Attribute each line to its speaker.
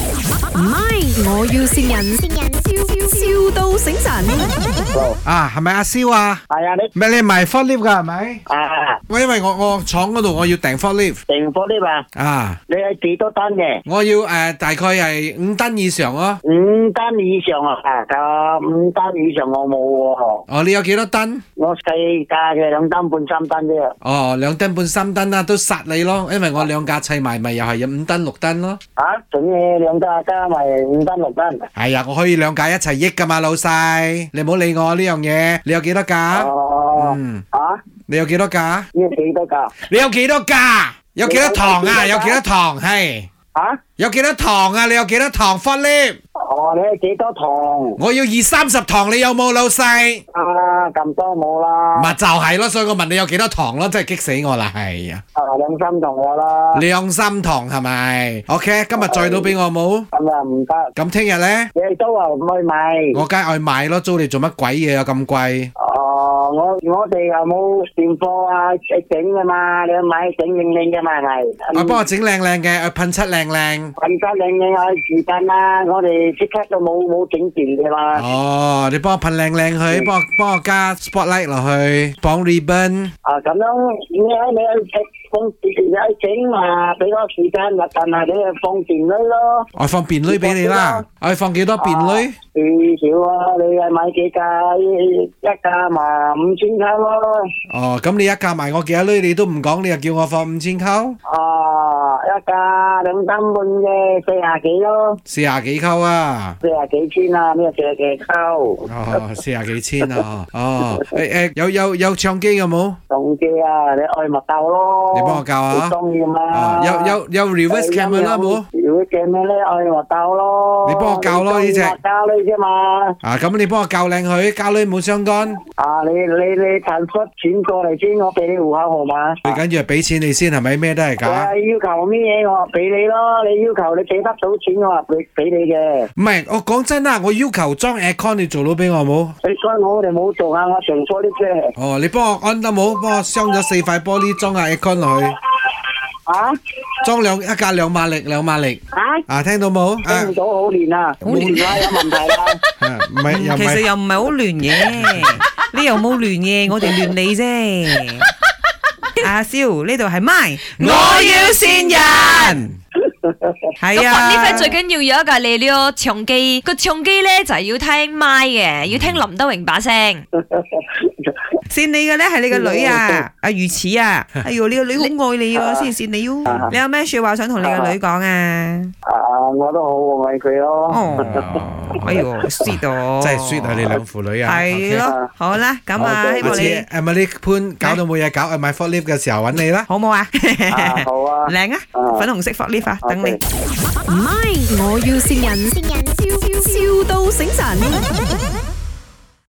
Speaker 1: 唔係，我要善人，笑笑到醒神。
Speaker 2: 啊，係咪阿蕭啊？
Speaker 3: 系啊，你
Speaker 2: 唔係你係賣 f o r l i f t 㗎係咪？
Speaker 3: 啊，
Speaker 2: 喂，因為我我廠嗰度我要訂 f o r l i f
Speaker 3: 成貨呢嘛，
Speaker 2: t 啊，
Speaker 3: 你係幾多單嘅？
Speaker 2: 我要誒、呃大概係五噸以上咯、
Speaker 3: 五單以上啊，啊，五單以上我冇喎，
Speaker 2: 哦，你有幾多噸？
Speaker 3: 我計價嘅兩單半三單啫。
Speaker 2: 哦，兩噸半三噸啦、都殺你咯，因為我兩架砌埋咪又係有五噸六噸咯。
Speaker 3: 啊，準嘅兩單加埋五單六單。
Speaker 2: 係啊，我可以兩架一齊益㗎嘛，老細，你唔好理我呢樣嘢。你有幾多架？
Speaker 3: Ờ, 哦，
Speaker 2: 嗯，
Speaker 3: 啊，
Speaker 2: 你有幾多架？
Speaker 3: 要幾多價？
Speaker 2: 你有幾多架？有幾多糖啊？有
Speaker 3: 有
Speaker 2: 幾
Speaker 3: 幾
Speaker 2: 多
Speaker 3: 多
Speaker 2: 糖？係
Speaker 3: 啊，
Speaker 2: 有幾多糖啊？你有幾多糖 f o r l i f t
Speaker 3: 哦，你係幾多堂？
Speaker 2: 我要二三十糖，你有冇老細？
Speaker 3: 啊，咁多冇啦，
Speaker 2: 咪就係咯，所以我問你有幾多糖咯，真係激死我啦，係啊，
Speaker 3: 啊，兩三堂我啦，
Speaker 2: 兩三糖係咪？OK，今日再到俾我冇？
Speaker 3: 咁啊唔得，
Speaker 2: 咁聽日呢？
Speaker 3: 你都話唔去買。
Speaker 2: 我梗係去買咯，租你做乜鬼嘢啊？咁貴？
Speaker 3: Ờ, 哦，我我哋又冇店貨啊，整噶嘛，你買整靚靚嘅嘛係咪？
Speaker 2: 我啊幫我整靚靚嘅，我噴漆靚靚。
Speaker 3: 品質靚靚啊，時間啦，我哋即刻都冇冇整掂嘅
Speaker 2: À.
Speaker 3: 嘛。
Speaker 2: 哦，你幫我噴靚靚佢，
Speaker 3: 嗯
Speaker 2: 幫我幫我加 spotlight 落去，綁 ribbon。
Speaker 3: 啊，咁樣你喺你去放你喺整嘛，俾個時間日，但係你去放電女咯。
Speaker 2: 我放便女俾你啦，我放幾多便
Speaker 3: Ờ,
Speaker 2: 女？
Speaker 3: 最少啊，你係買幾架？一架嘛五千卡咯。
Speaker 2: 哦，咁你一架埋我幾多女，你都唔講，你又叫我放五千溝，
Speaker 3: Ờ, 啊，一架兩三半嘅四廿幾咯，
Speaker 2: 四廿幾溝啊！
Speaker 3: 四廿幾千啊，咩四廿幾溝？
Speaker 2: 哦，四廿幾千啊！哦，誒誒，有有有唱機嘅冇？
Speaker 3: 仲嘅啊，你愛咪教咯，
Speaker 2: 你幫我教下
Speaker 3: 當然啦
Speaker 2: 啊，，有有有
Speaker 3: Ờ,
Speaker 2: reverse camera 冇？
Speaker 3: 如果 camera 咧，愛咪教咯，
Speaker 2: 你幫我教咯呢隻
Speaker 3: 教呢啫嘛，
Speaker 2: 啊，咁你幫我教靚佢，教女冇相干，
Speaker 3: 啊，你你你騰出錢過嚟先，我俾你戶口號碼。
Speaker 2: 最緊要係俾錢你先，係咪咩都係
Speaker 3: 我
Speaker 2: 假？
Speaker 3: 係要求咩嘢，我俾你咯。你要求你幾得到錢，我話俾俾你嘅。
Speaker 2: 唔係，我講真啦，我要求裝 aircon，你做到俾我冇？
Speaker 3: 你所以我哋冇做啊，我上錯啲車。
Speaker 2: 哦，你幫我安得冇？幫我鑲咗四塊玻璃，裝下 aircon 落去，
Speaker 3: 啊
Speaker 2: 裝兩一架兩馬力，兩馬力。
Speaker 3: 啊，
Speaker 2: 啊，聽到冇？啊
Speaker 3: 聽唔到好練啊，
Speaker 4: 好練
Speaker 3: 練啦有問題啦。
Speaker 2: 啊唔係又唔
Speaker 4: 其實
Speaker 2: 係
Speaker 4: 又唔係好亂嘅，你又冇亂嘅，我哋亂你啫。阿蕭呢度係咪？我要善人，係
Speaker 5: 咁呢
Speaker 4: 啊
Speaker 5: 塊，最緊要有一架你呢個唱機，個唱機咧就係要聽咪嘅，
Speaker 4: 嗯
Speaker 5: 要聽林德榮把聲。
Speaker 4: 善你嘅咧係你嘅女啊，阿如此啊，哎呦，你個女好愛你喎，先善你
Speaker 3: 啊
Speaker 4: 喲。你有咩说話想同你個女講啊？
Speaker 3: 啊，我都好愛佢咯。
Speaker 4: 哦，哎呦，sweet 哦，
Speaker 2: 真係 sweet 啊！你兩父女啊，
Speaker 4: 係
Speaker 2: à? OK。
Speaker 4: 咯，好啦，咁啊，希
Speaker 2: 下
Speaker 4: 望
Speaker 2: 次
Speaker 4: 你
Speaker 2: Emily 潘搞到冇嘢搞，買 f o r l i f t 嘅時候揾你啦。
Speaker 4: 好冇啊，
Speaker 3: 啊，好啊。
Speaker 4: 靚啊，粉紅色 f o r l i f 等你
Speaker 3: OK。
Speaker 1: 唔係，我要善人，笑笑到醒神。